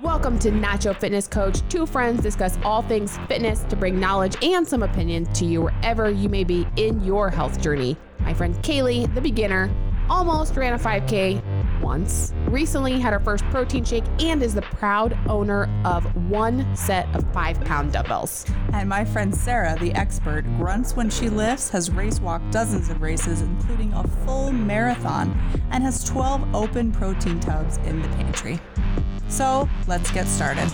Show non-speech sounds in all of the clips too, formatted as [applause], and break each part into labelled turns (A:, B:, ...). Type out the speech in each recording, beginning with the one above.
A: Welcome to Nacho Fitness Coach. Two friends discuss all things fitness to bring knowledge and some opinions to you wherever you may be in your health journey. My friend Kaylee, the beginner, almost ran a 5K once, recently had her first protein shake, and is the proud owner of one set of five pound dumbbells.
B: And my friend Sarah, the expert, grunts when she lifts, has race walked dozens of races, including a full marathon, and has 12 open protein tubs in the pantry. So let's get started.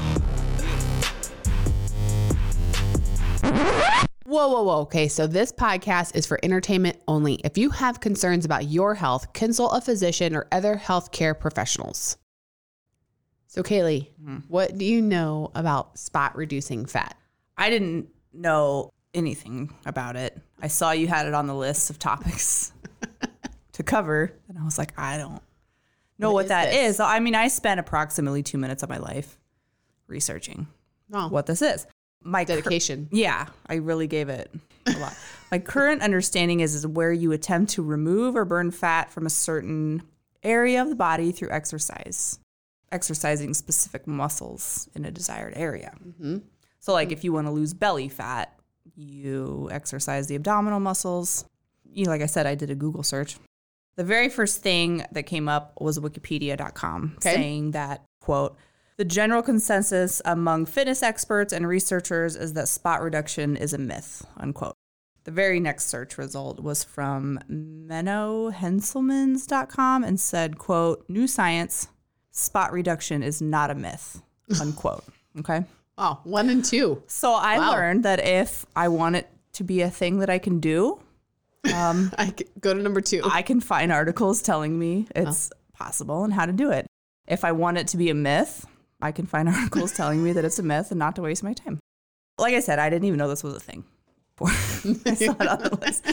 A: Whoa, whoa, whoa. Okay, so this podcast is for entertainment only. If you have concerns about your health, consult a physician or other healthcare professionals. So, Kaylee, what do you know about spot reducing fat?
B: I didn't know anything about it. I saw you had it on the list of topics to cover, and I was like, I don't know what,
A: is
B: that is.
A: this?
B: I mean, I spent approximately two minutes of my life researching
A: No,
B: what this is. My cur-
A: Oh. dedication.
B: Yeah, I really gave it a lot. My current understanding is is where you attempt to remove or burn fat from a certain area of the body through exercise, exercising specific muscles in a desired area. So, like if you want to lose belly fat, you exercise the abdominal muscles. You, like I said, I did a Google search. The very first thing that came up was Wikipedia.com
A: Okay.
B: saying that, quote, the general consensus among fitness experts and researchers is that spot reduction is a myth, unquote. The very next search result was from menohenselmans.com and said, quote, new science, spot reduction is not a myth, unquote. okay.
A: [laughs] Oh, one and two.
B: So I
A: Wow.
B: learned that if I want it to be a thing that I can do,
A: I c- go to number two.
B: I can find articles telling me it's possible and how to do it. If I want it to be a myth, I can find [laughs] articles telling me that it's a myth and not to waste my time. Like I said, I didn't even know this was a thing. before [laughs] I saw it on the list.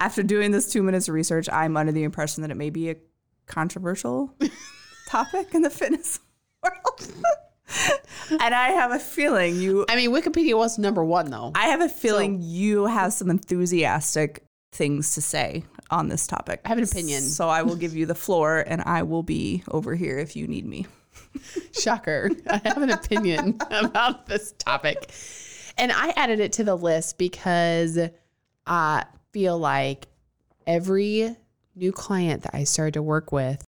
B: After doing this two minutes of research, I'm under the impression that it may be a controversial topic in the fitness world. [laughs] and I have a feeling you
A: I mean, Wikipedia was number one, though. I,
B: I have a feeling you have some enthusiastic things to say on this topic. I
A: have an opinion.
B: So I will give you the floor and I will be over here if you need me.
A: Shocker. I have an opinion [laughs] about this topic. And I added it to the list because I feel like every new client that I started to work with,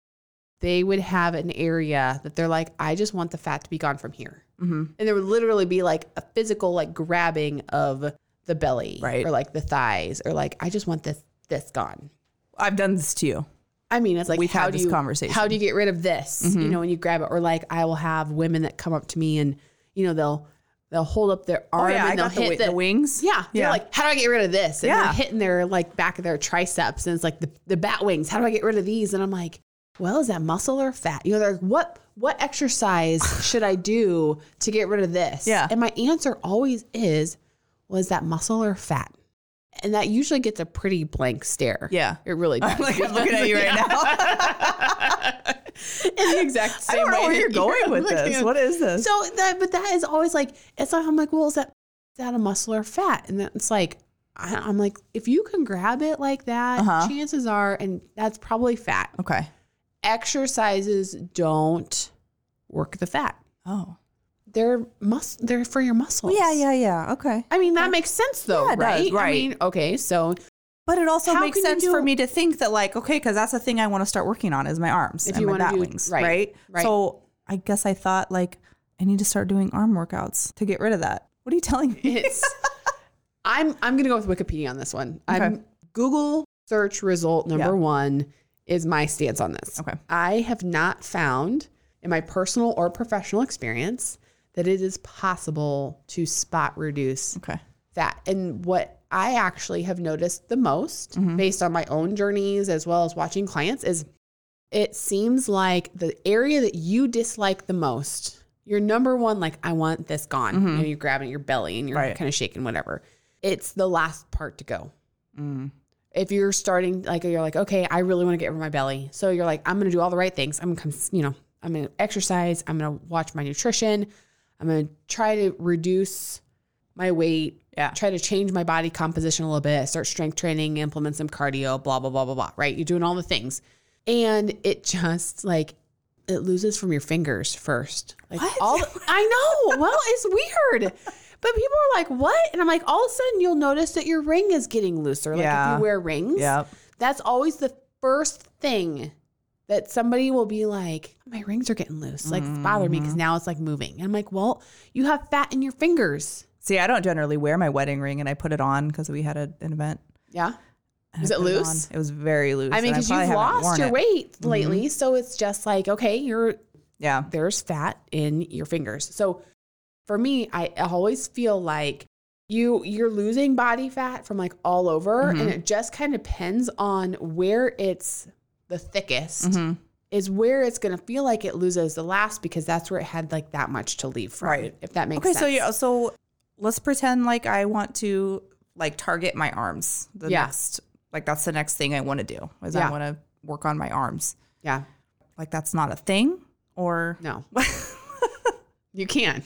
A: they would have an area that they're like, I just want the fat to be gone from here.
B: Mm-hmm.
A: And there would literally be like a physical like grabbing of the belly
B: Right.
A: or like the thighs or like, I just want this this gone.
B: I've done this to you.
A: I mean, it's like
B: We've
A: how
B: had
A: do
B: this
A: you
B: conversation. Mm-hmm.
A: how do you get rid of this? You know, when you grab it, or like I will have women that come up to me and you know they'll they'll hold up
B: Oh,
A: their arm and they'll hit
B: wi- the wings.
A: Yeah, they're
B: Yeah.
A: like, how do I get rid of this? And they're
B: Yeah.
A: hitting their like back of their triceps, and it's like the, the bat wings. How do I get rid of these? And I'm like, well, is that muscle or fat? You know, they're like, what what
B: [laughs]
A: exercise should I do to get rid of this?
B: Yeah.
A: and my answer always is, was that muscle or fat? And that usually gets a pretty blank stare.
B: Yeah.
A: it really does.
B: Like [laughs] I'm looking at you right now.
A: [laughs] in the [laughs] exact
B: I
A: same
B: don't know
A: way
B: where
A: that [laughs]
B: you're going with
A: looking
B: this.
A: at-
B: What is this?
A: So that, but that is always like it's like I'm like, well, is that is that a muscle or fat? And then it's like I, I'm like, if you can grab it like that,
B: Uh-huh.
A: chances are, and that's probably fat.
B: okay.
A: Exercises don't work the fat.
B: Oh.
A: They're mus. They're for your muscles.
B: Yeah, yeah, yeah. Okay.
A: I mean that makes sense though,
B: Yeah, it
A: right?
B: does,
A: I
B: right.
A: mean, okay, so
B: But it also
A: How
B: makes
A: can you
B: sense
A: do-
B: for me to think that like, okay, because that's the thing I want to start working on is my arms
A: If
B: and
A: you
B: my
A: wanna
B: bat
A: do-
B: wings,
A: right,
B: right,
A: right.
B: So I guess I thought like I need to start doing arm workouts to get rid of that. What are you
A: [laughs]
B: telling me?
A: It's I'm I'm gonna go with Wikipedia on this one. I'm
B: Okay.
A: Google search result number
B: Yeah.
A: one is my stance on this.
B: Okay.
A: I have not found in my personal or professional experience that it is possible to spot reduce
B: Okay.
A: that. And what I actually have noticed the most
B: Mm-hmm.
A: based on my own journeys as well as watching clients is it seems like the area that you dislike the most, your number one, like, I want this gone. You know, you're grabbing at your belly and you're
B: Mm-hmm. Right.
A: kind of shaking, whatever. It's the last part to go.
B: Mm.
A: If you're starting, like, you're like, okay, I really want to get rid of my belly. So you're like, I'm going to do all the right things. I'm going to, you know, I'm going to exercise. I'm going to watch my nutrition. I'm going to try to reduce my weight
B: Yeah.
A: try to change my body composition a little bit, start strength training, implement some cardio, blah, blah, blah, blah, blah, right? You're doing all the things. And it just like, it loses from your fingers first. Like
B: What?
A: all I
B: [laughs]
A: know. Well, it's weird. But people are like, "What?" And I'm like, "All of a sudden, you'll notice that your ring is getting looser. Like if
B: Yeah.
A: you wear rings,
B: Yep.
A: that's always the first thing that somebody will be like, "My rings are getting loose. Like it's bothering
B: Mm-hmm.
A: me because now it's like moving." And I'm like, "Well, you have fat in your fingers.
B: See, I don't generally wear my wedding ring, and I put it on because we had a, an event.
A: Yeah."
B: and
A: Was
B: I
A: it
B: put on.
A: loose?
B: It, was very loose.
A: I mean,
B: and
A: because
B: probably
A: you've
B: haven't worn
A: lost your
B: it. Mm-hmm.
A: weight lately, so it's just like, okay, you're
B: Yeah.
A: there's fat in your fingers. So for me, I always feel like you you're losing body fat from like all over
B: Mm-hmm.
A: and it just kind of depends on where it's the thickest
B: Mhm.
A: is where it's going to feel like it loses the last because that's where it had like that much to leave from.
B: Right.
A: If that makes
B: Okay,
A: sense.
B: so yeah, so let's pretend like I want to like target my arms. The
A: Yeah.
B: next like that's the next thing I want to do is
A: Yeah.
B: I want to work on my arms.
A: Yeah.
B: Like that's not a thing or [laughs]
A: No. you can.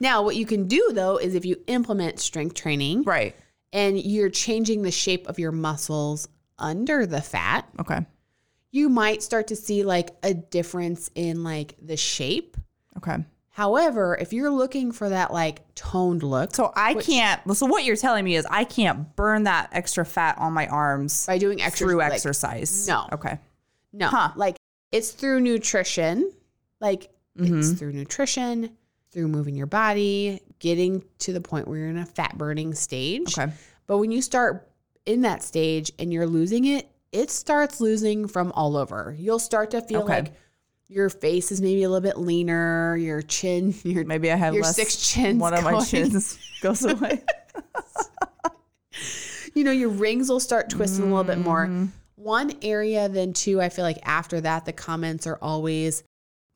A: Now, what you can do though is if you implement strength training
B: right.
A: and you're changing the shape of your muscles under the fat,
B: Okay.
A: you might start to see like a difference in like the shape.
B: Okay.
A: However, if you're looking for that like toned look
B: So I can't so what you're telling me is I can't burn that extra fat on my arms
A: by doing extra
B: through
A: like,
B: exercise.
A: no.
B: Okay.
A: no,
B: Huh.
A: like it's through nutrition, like it's
B: Mhm.
A: through nutrition, through moving your body, getting to the point where you're in a fat burning stage.
B: Okay.
A: But when you start in that stage and you're losing it, it starts losing from all over. You'll start to feel
B: Okay.
A: like your face is maybe a little bit leaner, your chin, [laughs] your
B: Maybe I have
A: your
B: less
A: six chins.
B: one of my
A: going. [laughs]
B: chins goes away.
A: You know, your rings will start twisting a little bit
B: Mm.
A: more.
B: Mm-hmm.
A: One area, then two, I feel like after that, the comments are always,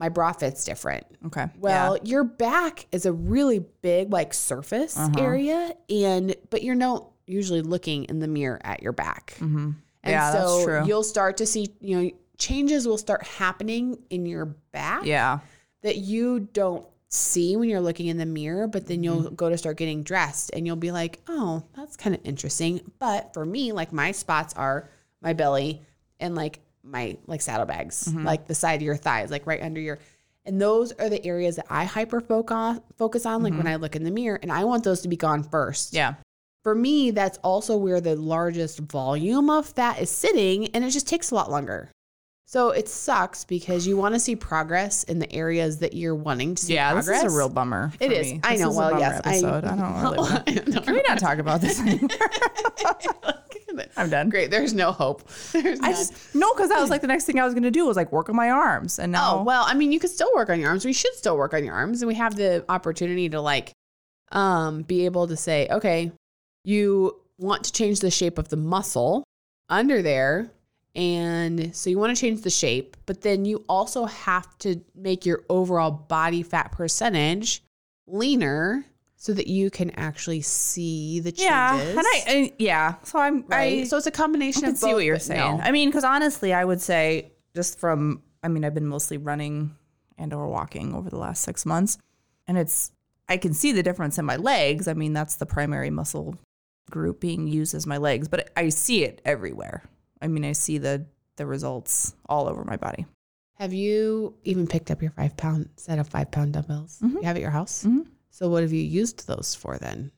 A: my bra fit's different.
B: Okay.
A: Well, your back is a really big like surface
B: Uh-huh.
A: area, and but you're not usually looking in the mirror at your back.
B: yeah. hmm
A: And
B: Yeah, that's
A: so
B: true.
A: you'll start to see, you know, changes will start happening in your back
B: Yeah.
A: that you don't see when you're looking in the mirror, but then you'll
B: Mm-hmm.
A: go to start getting dressed and you'll be like, oh, that's kind of interesting. But for me, like my spots are my belly and like my like saddlebags,
B: Mm-hmm.
A: like the side of your thighs, like right under your and those are the areas that I hyper focus focus on
B: Mm-hmm.
A: like when I look in the mirror and I want those to be gone first.
B: Yeah.
A: For me, that's also where the largest volume of fat is sitting, and it just takes a lot longer. So it sucks because you want to see progress in the areas that you're wanting to see
B: Yeah,
A: progress.
B: this is
A: [laughs]
B: a real bummer. for
A: It is.
B: me.
A: I
B: This
A: know.
B: is a
A: well,
B: bummer
A: yes,
B: episode. I, don't [laughs]
A: [laughs]
B: really. wanna- Can we not talk about this anymore? [laughs] I'm done.
A: Great. There's no hope. [laughs] There's none.
B: I just no, because that was like the next thing I was gonna do was like work on my arms, and now
A: Oh well, I mean, you could still work on your arms. We should still work on your arms, and we have the opportunity to like, um, be able to say, okay, you want to change the shape of the muscle under there, and so you want to change the shape, but then you also have to make your overall body fat percentage leaner so that you can actually see the changes.
B: yeah, and I, I- yeah, so I'm
A: right.
B: I,
A: so it's a combination
B: I can
A: of both.
B: see what you're
A: but
B: saying.
A: no.
B: I mean, because honestly, I would say just from I mean, I've been mostly running and or walking over the last six months, and it's I can see the difference in my legs. I mean, that's the primary muscle group being used as my legs, but I see it everywhere. I mean, I see the the results all over my
A: [laughs]
B: body.
A: Have you even picked up your five pound set of five pound dumbbells you have at your house?
B: Mhm.
A: So what have you used those for [laughs] then?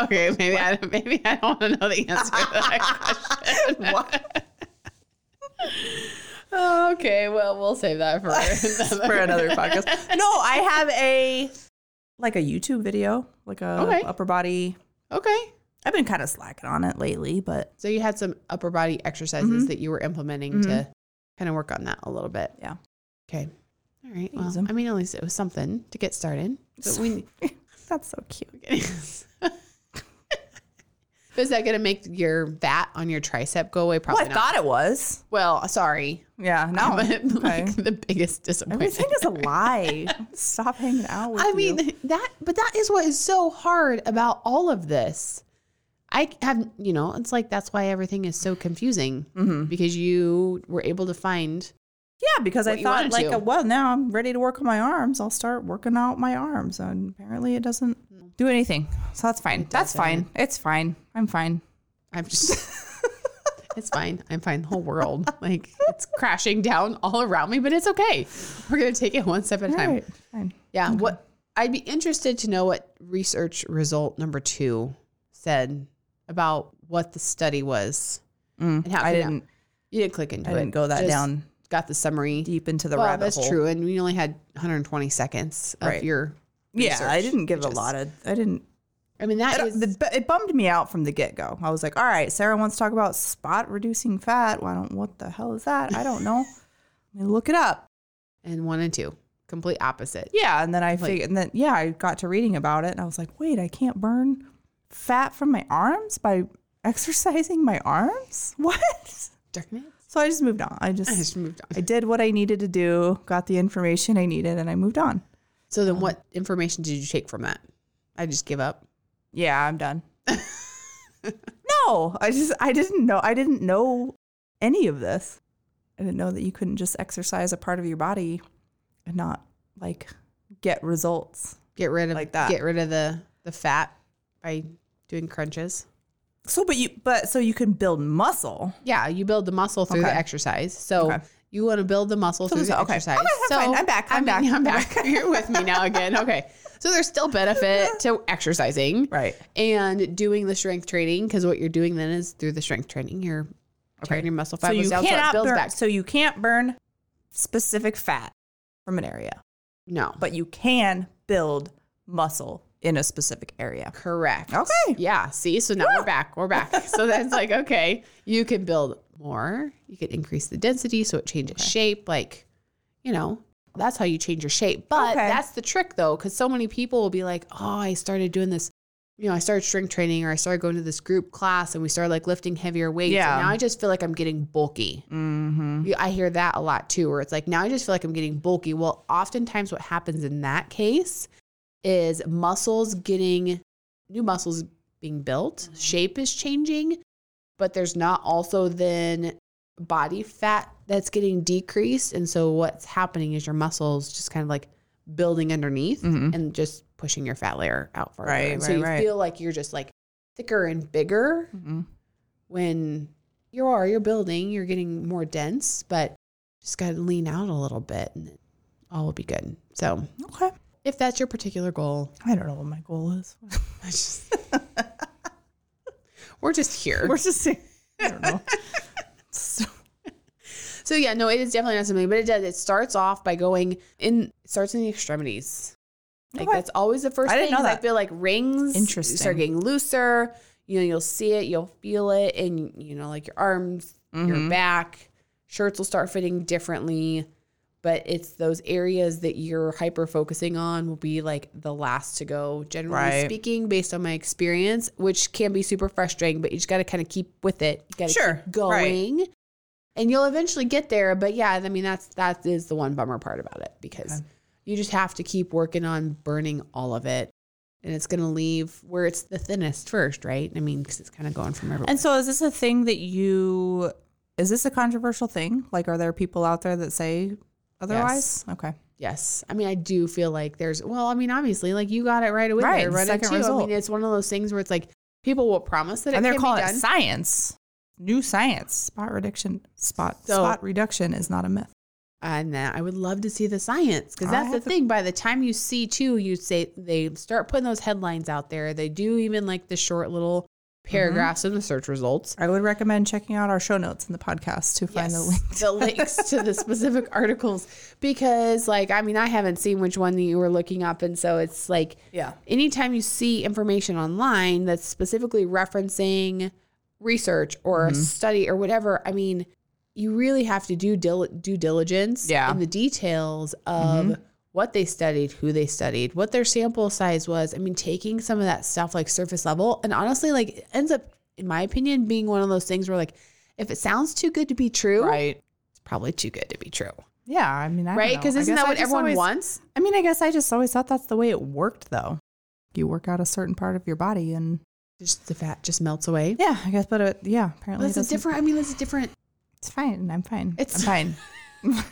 A: okay, maybe I maybe I don't want to know the answer to that question. [laughs] okay, well we'll save [laughs] that for another.
B: [laughs] for another podcast. No, I have a like a YouTube video, like a
A: Okay.
B: upper body.
A: Okay,
B: I've been kind of slacking on it lately, but
A: so you had some upper body exercises that you were implementing to kind of work on that a little bit.
B: Yeah.
A: Okay. All right.
B: Use
A: Well,
B: 'em.
A: I mean, at least it was something to get started. But
B: [laughs]
A: we.
B: that's so cute.
A: Is that going to make your fat on your tricep go away?
B: Well, I
A: Probably not.
B: thought it was.
A: Well, sorry.
B: [laughs] Yeah, no.
A: but
B: okay.
A: [laughs] like the biggest disappointment.
B: Everything [laughs] is a lie. Stop hanging out with
A: I
B: you.
A: mean that, but that is what is so hard about all of this. I have, you know, it's like that's why everything is so confusing
B: Mhm.
A: because you were able to find.
B: yeah, because
A: what
B: I
A: you
B: thought
A: wanted
B: like,
A: to.
B: uh, well, now I'm ready to work on my arms. I'll start working out my arms, and apparently it doesn't do anything. So that's fine.
A: It
B: That's
A: doesn't.
B: fine. It's fine. I'm fine.
A: I'm just. [laughs] It's fine. I'm fine. The whole world, like, it's crashing down all around me, but it's okay. We're going to take it one step at a time.
B: Right. Fine.
A: Yeah. What I'd be interested to know what research result number two said about what the study was
B: Mm,
A: and how
B: I
A: you know,
B: didn't.
A: You didn't click into
B: I
A: it.
B: didn't go that
A: Just
B: down
A: Got the summary.
B: deep into the
A: well,
B: rabbit
A: that's
B: hole.
A: true, and we only had 120 seconds of
B: Right.
A: your.
B: Yeah, I
A: research,
B: didn't give
A: which
B: a
A: is-
B: lot of. I didn't.
A: I mean, that
B: It,
A: is
B: uh, the, it bummed me out from the get go. I was like, all right, Sarah wants to talk about spot reducing fat. Why don't? What the hell is that? I don't know. [laughs] Let me look it up.
A: and one and two, complete opposite.
B: Yeah, and then I
A: Like-
B: figured, and then yeah, I got to reading about it, and I was like, wait, I can't burn fat from my arms by [laughs] exercising my arms. [laughs] What?
A: Darkness.
B: So I just moved on. I
A: I
B: just
A: just moved on.
B: I did what I needed to do, got the information I needed, and I moved on.
A: So then, what information did you take from that? I just give up.
B: Yeah, I'm done. no, I just I didn't know I didn't know any of this. I didn't know that you couldn't just exercise a part of your body and not like get results.
A: Get rid of
B: Like that.
A: Get rid of the the fat by doing crunches.
B: So but you but so you can build muscle.
A: Yeah, you build the muscle through the
B: Okay.
A: exercise. So
B: Okay.
A: you want to build the muscle
B: So
A: through
B: this-
A: the
B: okay.
A: exercise.
B: Okay, I'm
A: so
B: fine. I'm back. I'm
A: I mean,
B: back.
A: I'm back. [laughs] You're with me now again. Okay. So there's still benefit
B: [laughs]
A: to exercising
B: Right.
A: and doing the strength training because what you're doing then is through the strength training you're tearing your muscle
B: So
A: fibers
B: you
A: down so it
B: cannot
A: builds
B: burn,
A: back.
B: so you can't burn specific fat from an area,
A: No,
B: but you can build muscle in a specific area.
A: correct.
B: Okay. Ah.
A: Yeah. See, so now we're back. We're back.
B: [laughs]
A: So that's like okay, you can build more. You can increase the density so it changes shape. Like, you know, that's how you change your shape. But
B: Okay.
A: that's the trick though, because so many people will be like, oh, I started doing this. You know, I started strength training or I started going to this group class and we started like lifting heavier weights.
B: Yeah.
A: And now I just feel like I'm getting bulky.
B: Mm-hmm.
A: You- I hear that a lot too, where it's like, now I just feel like I'm getting bulky. Well, oftentimes what happens in that case is muscles getting new muscles being built,
B: Mm-hmm.
A: shape is changing, but there's not also then body fat that's getting decreased. And so what's happening is your muscles just kind of like building underneath
B: Mhm.
A: and just pushing your fat layer out further.
B: Right,
A: and so
B: right,
A: you
B: right.
A: feel like you're just like thicker and bigger
B: mm-hmm.
A: when you are you're building you're getting more dense but just got to lean out a little bit and all will be good so
B: Okay.
A: if that's your particular goal
B: I don't know what my goal is.
A: I just- [laughs] we're just here
B: We're just saying. [laughs] I don't know. So-
A: so yeah no it is definitely not something but it does it starts off by going in it starts in the extremities like
B: Okay.
A: that's always the first
B: I
A: thing
B: didn't know
A: 'cause I
B: that.
A: feel like rings
B: Interesting.
A: start getting looser you know you'll see it you'll feel it and you know like your arms your
B: Mhm.
A: back. Shirts will start fitting differently, but it's those areas that you're hyper focusing on will be like the last to go, generally
B: Right.
A: speaking, based on my experience, which can be super frustrating, but you just got to kind of keep with it. You got to
B: Sure,
A: keep
B: right.
A: going. And you'll eventually get there, but yeah, I mean that's that is the one bummer part about it because
B: Okay.
A: you just have to keep working on burning all of it, and it's gonna leave where it's the thinnest first, right? I mean, because it's kind of going from everywhere.
B: And so, is this a thing that you? Is this a controversial thing? Like, are there people out there that say otherwise? Okay.
A: Yes. I mean, I do feel like there's, well, I mean, obviously, like you got it right away.
B: Right,
A: There, right
B: second
A: too. I
B: result.
A: mean, it's one of those things where it's like people will promise that it
B: and they're
A: can
B: calling
A: be
B: it
A: done.
B: science. New science. Spot reduction. Spot
A: So-
B: spot reduction is not a myth.
A: and uh, I would love to see the science because
B: I
A: that's the
B: have to-
A: thing. By the time you see two, you say they start putting those headlines out there. They do even like the short little
B: Mm-hmm.
A: paragraphs in the search results.
B: I would recommend checking out our show notes in the podcast to find the link.
A: the links to
B: [laughs]
A: the specific articles because, like, I mean, I haven't seen which one that you were looking up, and so it's like,
B: Yeah.
A: anytime you see information online that's specifically referencing research or a study or whatever, I mean, you really have to do dil- due diligence
B: Yeah.
A: in the details of what they studied, who they studied, what their sample size was. I mean, taking some of that stuff like surface level and honestly, like, it ends up, in my opinion, being one of those things where, like, if it sounds too good to be true,
B: Right.
A: it's probably too good to be true.
B: Yeah. I mean, I
A: Right? Because isn't that what everyone
B: wants?
A: wants?
B: I mean, I guess I just always thought that's the way it worked, though. You work out a certain part of your body, and
A: Just the fat just melts away.
B: yeah, I guess, but it, yeah, apparently
A: That's a
B: doesn't-
A: different, I mean, that's a different
B: It's fine. I'm fine.
A: It's-
B: I'm fine.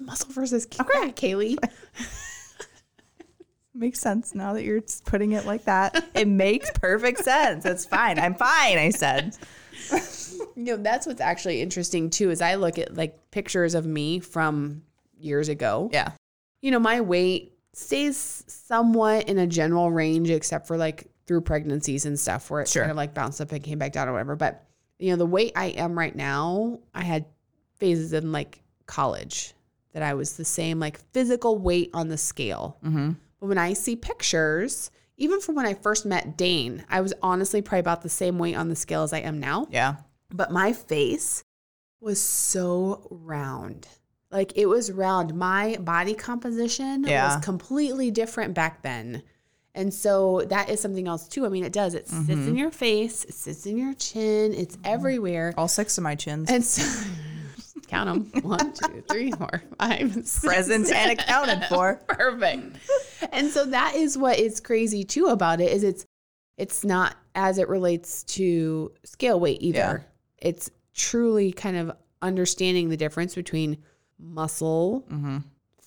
A: muscle versus fat, Kaylee.
B: [laughs]
A: [laughs]
B: makes sense now that you're just putting [laughs] it like that. It makes perfect sense. It's fine. I'm fine. I said.
A: You know, that's what's actually interesting too is I look at like pictures of me from years ago.
B: Yeah.
A: You know, my weight stays somewhat in a general range except for like through pregnancies and stuff where it
B: Sure.
A: kind of like bounced up and came back down or whatever. But you know, the weight I am right now, I had phases in like college that I was the same like physical weight on the scale.
B: Mm-hmm.
A: But when I see pictures, even from when I first met Dane, I was honestly probably about the same weight on the scale as I am now.
B: Yeah.
A: But my face was so round. Like it was round. My body composition
B: Yeah.
A: was completely different back then. And so that is something else too. I mean, it does. It
B: Mm-hmm.
A: sits in your face, it sits in your chin, it's everywhere.
B: All six of my [laughs] chins.
A: And so [laughs] count them one, two, three, four, five, six,
B: Present and accounted [laughs] for.
A: Perfect. And so that is what is crazy too about it is it's it's not as it relates to scale weight either.
B: Yeah.
A: It's truly kind of understanding the difference between muscle,
B: Mm-hmm.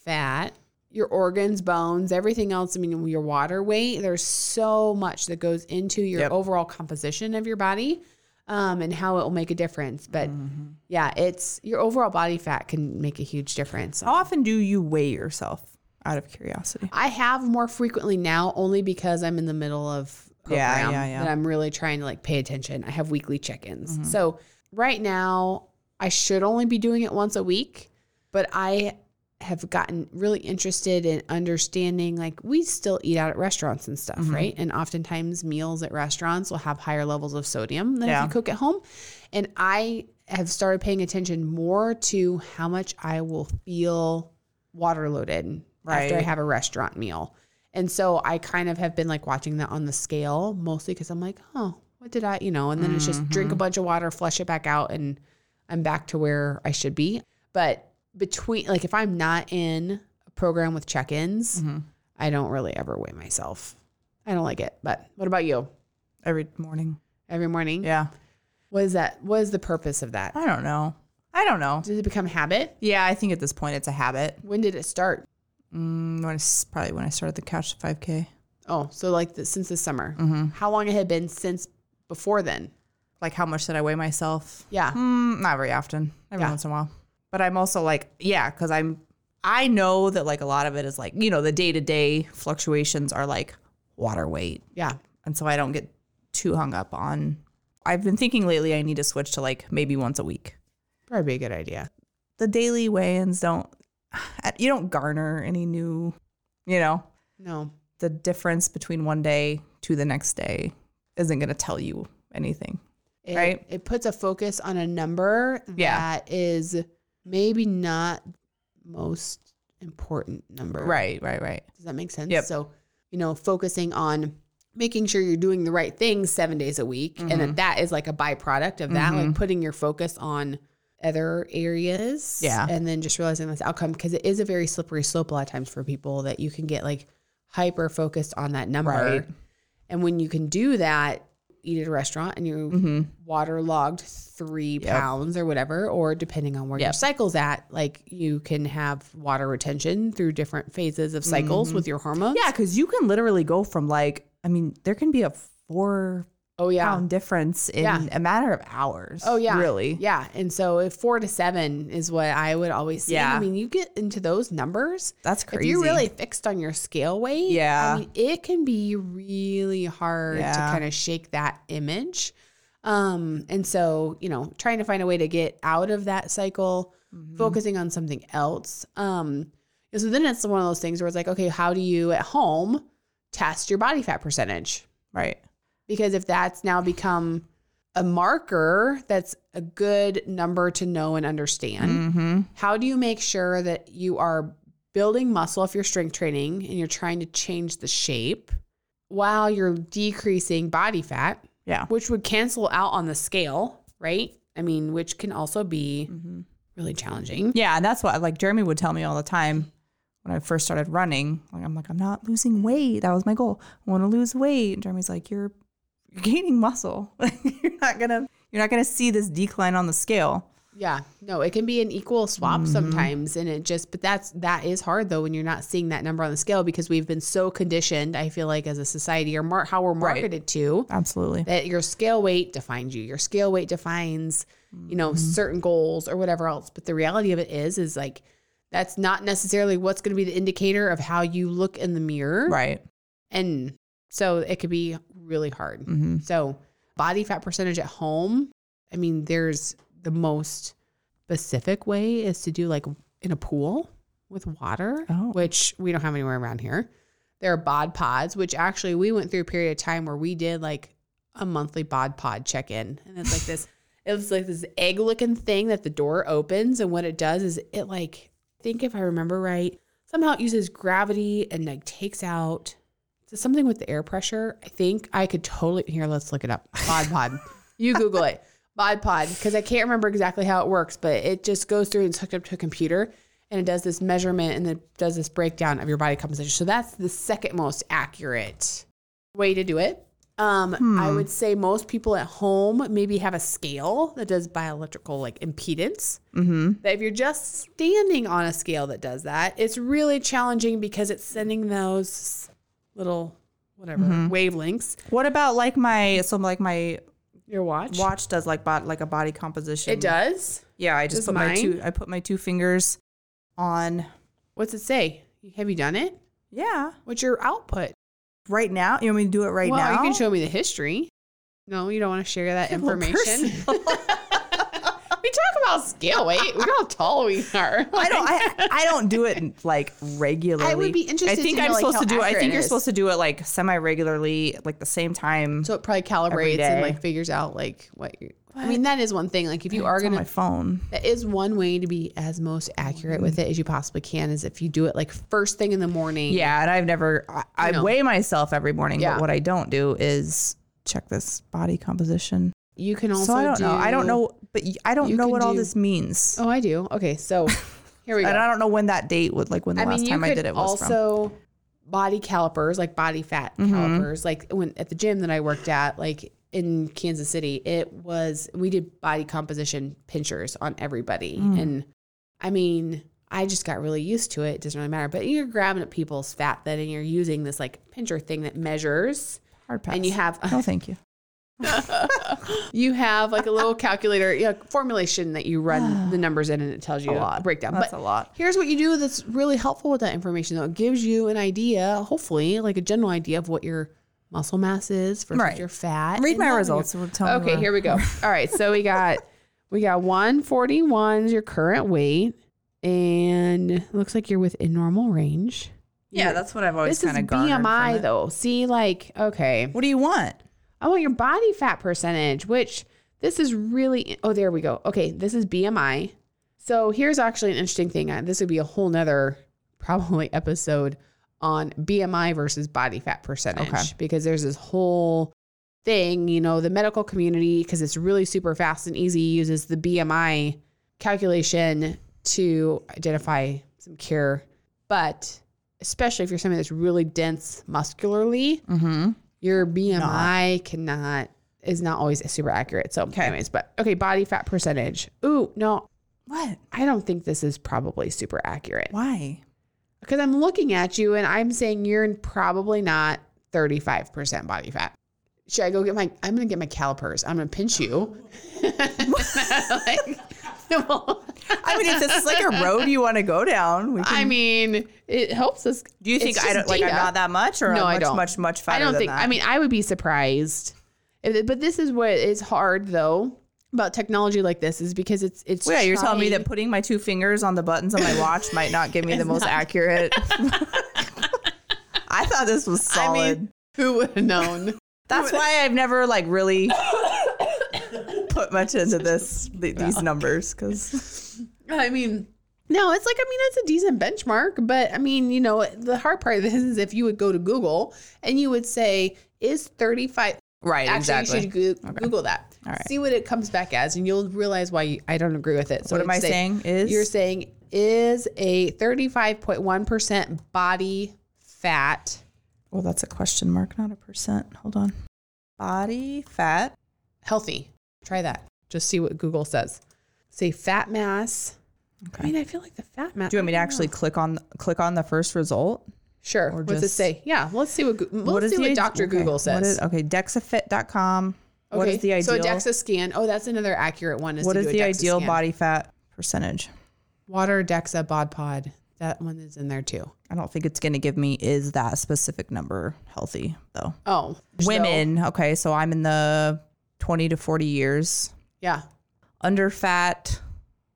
A: fat, your organs, bones, everything else. I mean, your water weight. There's so much that goes into your
B: Yep.
A: overall composition of your body um, and how it will make a difference. But
B: Mm-hmm.
A: yeah, it's your overall body fat can make a huge difference.
B: How often do you weigh yourself? Out of curiosity.
A: I have more frequently now only because I'm in the middle of
B: Yeah,
A: program
B: yeah, Mm-hmm. yeah.
A: that I'm really trying to like pay attention. I have weekly check-ins. So right now I should only be doing it once a week, but I have gotten really interested in understanding like we still eat out at restaurants and stuff,
B: Mm-hmm.
A: right? And oftentimes meals at restaurants will have higher levels of sodium than if
B: Yeah.
A: you cook at home. And I have started paying attention more to how much I will feel water loaded after I
B: Right.
A: have a restaurant meal. And so I kind of have been like watching that on the scale mostly because I'm like, oh, what did I, you know, and then it's just drink
B: Mm-hmm.
A: a bunch of water, flush it back out, and I'm back to where I should be. But between, like, if I'm not in a program with check ins,
B: Mm-hmm.
A: I don't really ever weigh myself. I don't like it. But what about you?
B: Every morning.
A: Every morning?
B: Yeah. Uh,
A: What is that? What is the purpose of that?
B: I don't know. I don't know.
A: Did it become habit?
B: Yeah, I think at this point it's a habit.
A: When did it start?
B: Mm, when I s probably when I started the couch to 5K,
A: Oh, so like the, since the summer.
B: Mm-hmm.
A: How long it had been since before then?
B: like how much did I weigh myself?
A: Yeah.
B: Mm, not very often, every
A: Yeah.
B: once in a while. But I'm also like, yeah, because I'm, I know that like a lot of it is like, you know, the day to day fluctuations are like water weight.
A: Yeah.
B: And so I don't get too hung up on. I've been thinking lately I need to switch to like maybe once a week.
A: Probably a good idea.
B: The daily weigh ins don't, [sighs] you don't garner any new, you know,
A: No.
B: the difference between one day to the next day isn't going to tell you anything.
A: It,
B: Right.
A: It puts a focus on a number
B: Yeah.
A: that is maybe not most important number.
B: Right, right, right.
A: Does that make sense?
B: Yep.
A: So, you know, focusing on making sure you're doing the right things seven days a week. And
B: Mm-hmm.
A: that that is like a byproduct of that, like putting your focus on other areas.
B: Yeah.
A: And then just realizing this outcome because it is a very slippery slope a lot of times for people that you can get like hyper focused on that number.
B: Right.
A: And when you can do that, eat at a restaurant and you
B: Mm-hmm.
A: waterlogged three pounds or whatever, or depending on where your
B: Yep.
A: cycle's at, like you can have water retention through different phases of cycles with your hormones.
B: Mm-hmm. Yeah, because you can literally go from like, I mean, there can be a four
A: Oh yeah.
B: pound difference in
A: Yeah.
B: a matter of hours.
A: Oh yeah.
B: really?
A: Yeah. And so if four to seven is what I would always say.
B: Yeah.
A: I mean, you get into those numbers.
B: That's crazy.
A: If you're really fixed on your scale weight,
B: Yeah.
A: I mean, it can be really hard to
B: Yeah.
A: kind of shake that image. Um, and so, you know, trying to find a way to get out of that cycle,
B: Mm-hmm.
A: focusing on something else. Um, and so then it's one of those things where it's like, okay, how do you at home test your body fat percentage?
B: right,
A: Because if that's now become a marker that's a good number to know and understand,
B: mm-hmm.
A: how do you make sure that you are building muscle if you're strength training and you're trying to change the shape while you're decreasing body fat,
B: yeah,
A: which would cancel out on the scale, right? I mean, which can also be really challenging.
B: yeah, and that's what like Jeremy would tell me all the time when I first started running. Like I'm like, I'm not losing weight. That was my goal. I want to lose weight. And Jeremy's like, you're [laughs] you're gaining muscle. Like you're not gonna you're not gonna see this decline on the scale.
A: Yeah. No, it can be an equal swap sometimes. And it just, but that's, that is hard though when you're not seeing that number on the scale because we've been so conditioned, I feel like, as a society or mar- how we're
B: Right.
A: marketed to
B: Absolutely.
A: that your scale weight defines you. Your scale weight defines, you know, certain goals or whatever else. But the reality of it is, is like, that's not necessarily what's going to be the indicator of how you look in the mirror.
B: Right.
A: And so it could be really hard.
B: Mm-hmm.
A: So, body fat percentage at home, I mean, there's the most specific way is to do like in a pool with water,
B: Oh.
A: which we don't have anywhere around here. There are bod pods, which actually we went through a period of time where we did like a monthly bod pod check in. And it's like this, [laughs] it was like this egg looking thing that the door opens. And what it does is it like, I think if I remember right, somehow it uses gravity and like takes out so something with the air pressure. I think I could totally here. Let's look it up. Bod pod. you Google it. Bod pod because I can't remember exactly how it works, but it just goes through and it's hooked up to a computer and it does this measurement and it does this breakdown of your body composition. So that's the second most accurate way to do it. Um, I would say most people at home maybe have a scale that does bioelectrical like impedance
B: Mm-hmm.
A: that if you're just standing on a scale that does that, it's really challenging because it's sending those little whatever
B: Mm-hmm.
A: wavelengths.
B: What about like my so like my
A: Your watch.
B: watch does like bot like a body composition.
A: It does.
B: Yeah, I
A: Does
B: just put my
A: mine?
B: two I put my two fingers on.
A: What's it say? Have you done it?
B: Yeah.
A: What's your output?
B: Right now, you want me to do it right
A: well,
B: now?
A: you can show me the history. No, you don't want to share that
B: Well,
A: information.
B: personal.
A: [laughs] we talk about scale weight. Look how tall we are.
B: I don't. I, I don't do it like regularly.
A: be interested
B: I think
A: to know,
B: I'm
A: like,
B: supposed
A: how
B: to do. it. I
A: accurate
B: think
A: it
B: you're
A: is.
B: supposed to do it like semi regularly, like the same
A: [laughs]
B: time.
A: so it probably calibrates and
B: day.
A: like figures out like what, you I mean, that is one thing. Like if you are
B: It's on
A: gonna
B: my phone.
A: That is one way to be as most accurate with it as you possibly can is if you do it like first thing in the morning.
B: Yeah, and I've never. I, I
A: No.
B: weigh myself every morning,
A: Yeah.
B: but what I don't do is check this body composition.
A: You can also
B: so I don't know. I don't
A: do-
B: know, but y- I don't
A: you
B: know
A: could
B: what all
A: do-
B: this means,
A: Oh, I do. Okay.
B: [laughs]
A: So here we go.
B: and I don't know when that date would like when the
A: I
B: last
A: mean, you
B: time
A: could
B: I did it was from. Mm-hmm.
A: also body calipers, like body fat calipers, like when at the gym that I worked at, like in Kansas City, it was we did body composition pinchers on everybody,
B: Mm.
A: and I mean, I just got really used to it. It doesn't really matter, but you're grabbing at people's fat then, and you're using this like pincher thing that measures.
B: Hard pass.
A: And you have [laughs]
B: No, thank you.
A: you have like a little calculator you know, formulation that you
B: [sighs]
A: run the numbers in and it tells you a,
B: lot.
A: breakdown.
B: That's
A: but
B: a lot.
A: Here's what you do that's really helpful with that information though. It gives you an idea, hopefully, like a general idea of what your muscle mass is versus
B: Right.
A: your fat.
B: Read
A: and
B: my
A: that-
B: results. We'll tell me
A: Okay,
B: where-
A: here we
B: [laughs]
A: go. All right, so we got we got 141 is your current weight and it looks like you're within normal range.
B: Yeah, that's what I've always
A: this is
B: kind of gone.
A: BMI though. See like okay.
B: What do you want?
A: I want your body fat percentage, which this is really, oh, there we go. Okay, this is BMI. So here's actually an interesting thing. Uh, This would be a whole nother, probably, [laughs] episode on BMI versus body fat percentage
B: Okay.
A: because there's this whole thing, you know, the medical community, because it's really super fast and easy, uses the BMI calculation to identify some care. But especially if you're somebody that's really dense muscularly,
B: Mm-hmm.
A: your BMI cannot is not always super accurate. So, anyways, but okay, body fat percentage. Ooh, no,
B: What?
A: I don't think this is probably super accurate
B: Why?
A: because I'm looking at you and I'm saying you're probably not 35% body fat. Should I go get my? I'm gonna get my calipers. I'm gonna pinch you. [laughs] Like, [laughs] well,
B: I mean, if this is like
A: [laughs]
B: a road you want to go down, we can.
A: I mean, it helps us.
B: do you think
A: it's
B: I
A: just
B: don't like I'm
A: data.
B: not that much, or
A: No, I
B: I'm much,
A: don't.
B: much, much fatter?
A: I don't
B: than
A: think.
B: That?
A: I mean, I would be surprised. If- But this is what is hard though about technology like this is because it's it's.
B: Well, yeah, you're telling me
A: trying-
B: that putting my two fingers on the buttons on my watch might not
A: [laughs]
B: give me the most accurate. I thought this was
A: I
B: solid.
A: mean,
B: [laughs]
A: who would have known?
B: That's why I've never like really put much into this th- these numbers because
A: I mean, no, it's like I mean it's a decent benchmark, but I mean you know the hard part of this is if you would go to Google and you would say is thirty five.
B: right
A: Actually, you
B: exactly.
A: should go- Google that.
B: All right.
A: See what it comes back as, and you'll realize why you, I don't agree with it. So
B: What am
A: I'd
B: I
A: say-
B: saying? Is
A: You're saying is a 35.1% body fat.
B: well, Oh, that's a question mark, not a percent. Hold on. Body fat
A: healthy. Try that. Just see what Google says. say fat mass. I mean, I feel like the fat mass.
B: Do you want me to actually click on click on the first result?
A: Sure. What's it
B: just-
A: say? Yeah, let's see what Goo- let's
B: What is
A: see what
B: ide-
A: Doctor
B: okay,
A: Google
B: what
A: says.
B: is- okay, DexaFit.com. What is
A: Okay,
B: the ideal?
A: So a DEXA scan. Oh, that's another accurate one. Is
B: what
A: to
B: is
A: do a
B: the
A: DEXA
B: ideal
A: scan.
B: body fat percentage?
A: Water DEXA bod pod. That one is in there too.
B: I don't think it's going to give me is that specific number healthy though.
A: Oh, so-
B: Women, okay, so I'm in the 20 to 40 years
A: yeah,
B: under fat.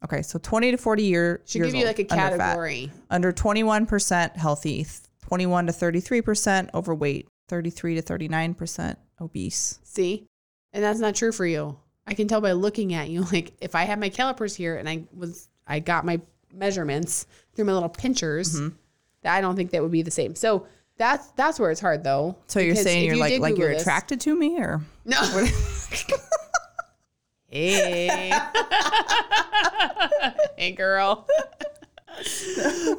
B: Okay, so 20 to 40 year,
A: should
B: years
A: give you
B: old,
A: like a
B: under fat.
A: category.
B: under 21% healthy, 21 to 33% overweight, 33 to 39% obese.
A: See, and that's not true for you. I can tell by looking at you. [laughs] Like if I had my calipers here and I was, I got my measurements through my little pinchers.
B: Mm-hmm.
A: That I don't think that would be the same. So that's that's where it's hard though.
B: So you're
A: because if
B: saying you're
A: you
B: like
A: did
B: like
A: Google
B: you're
A: this-
B: attracted to me or
A: No. [laughs] hey. [laughs] hey, girl.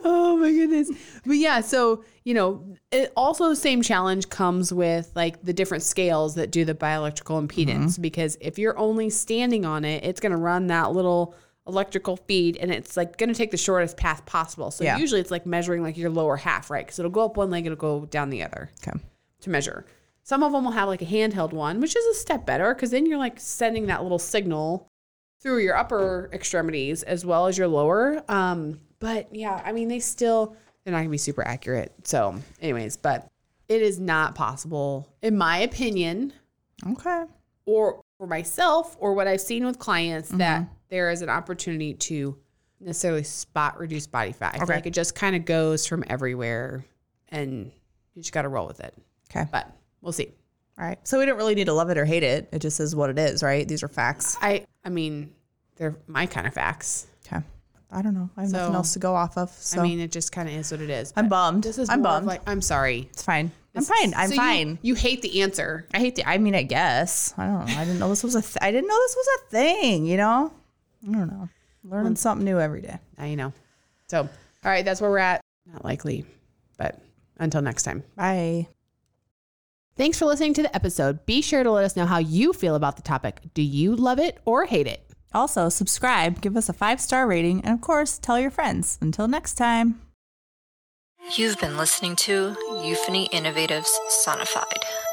A: oh my goodness. But yeah, so, you know, it also same challenge comes with like the different scales that do the bioelectrical impedance because if you're only standing on it, it's going to run that little electrical feed and it's like going to take the shortest path possible. So
B: Yeah.
A: usually it's like measuring like your lower half, right? Cuz it'll go up one leg, it'll go down the other
B: okay.
A: to measure. Some of them will have like a handheld one, which is a step better because then you're like sending that little signal through your upper extremities as well as your lower. Um, but yeah, I mean, they still, they're not gonna be super accurate. So, anyways, but it is not possible, in my opinion,
B: Okay.
A: or for myself or what I've seen with clients that there is an opportunity to necessarily spot reduce body fat. I feel
B: Okay.
A: like it just kind of goes from everywhere and you just got to roll with it.
B: Okay.
A: But we'll see.
B: All right. So we don't really need to love it or hate it. It just is what it is, right? These are facts.
A: I I mean, they're my kind of facts.
B: Okay. I don't know. I have nothing
A: So-
B: else to go off of. So
A: I
B: I
A: mean, it just kind of is what it is.
B: am
A: but
B: bummed.
A: This is
B: I'm
A: more of
B: bummed.
A: like I'm sorry.
B: it's fine. I'm fine. I'm
A: So you-
B: fine.
A: You, hate the answer.
B: I hate the. I mean, I guess I don't know. I didn't know this was a. Th- I didn't know this was a thing. You know. I don't know. Learning something new every day.
A: I know. So, all right, that's where we're at. Not likely, but until next time.
B: Bye.
A: Thanks for listening to the episode. Be sure to let us know how you feel about the topic. Do you love it or hate it?
B: Also, subscribe, give us a five star rating, and of course, tell your friends. Until next time.
C: You've been listening to Euphony Innovatives Sonified.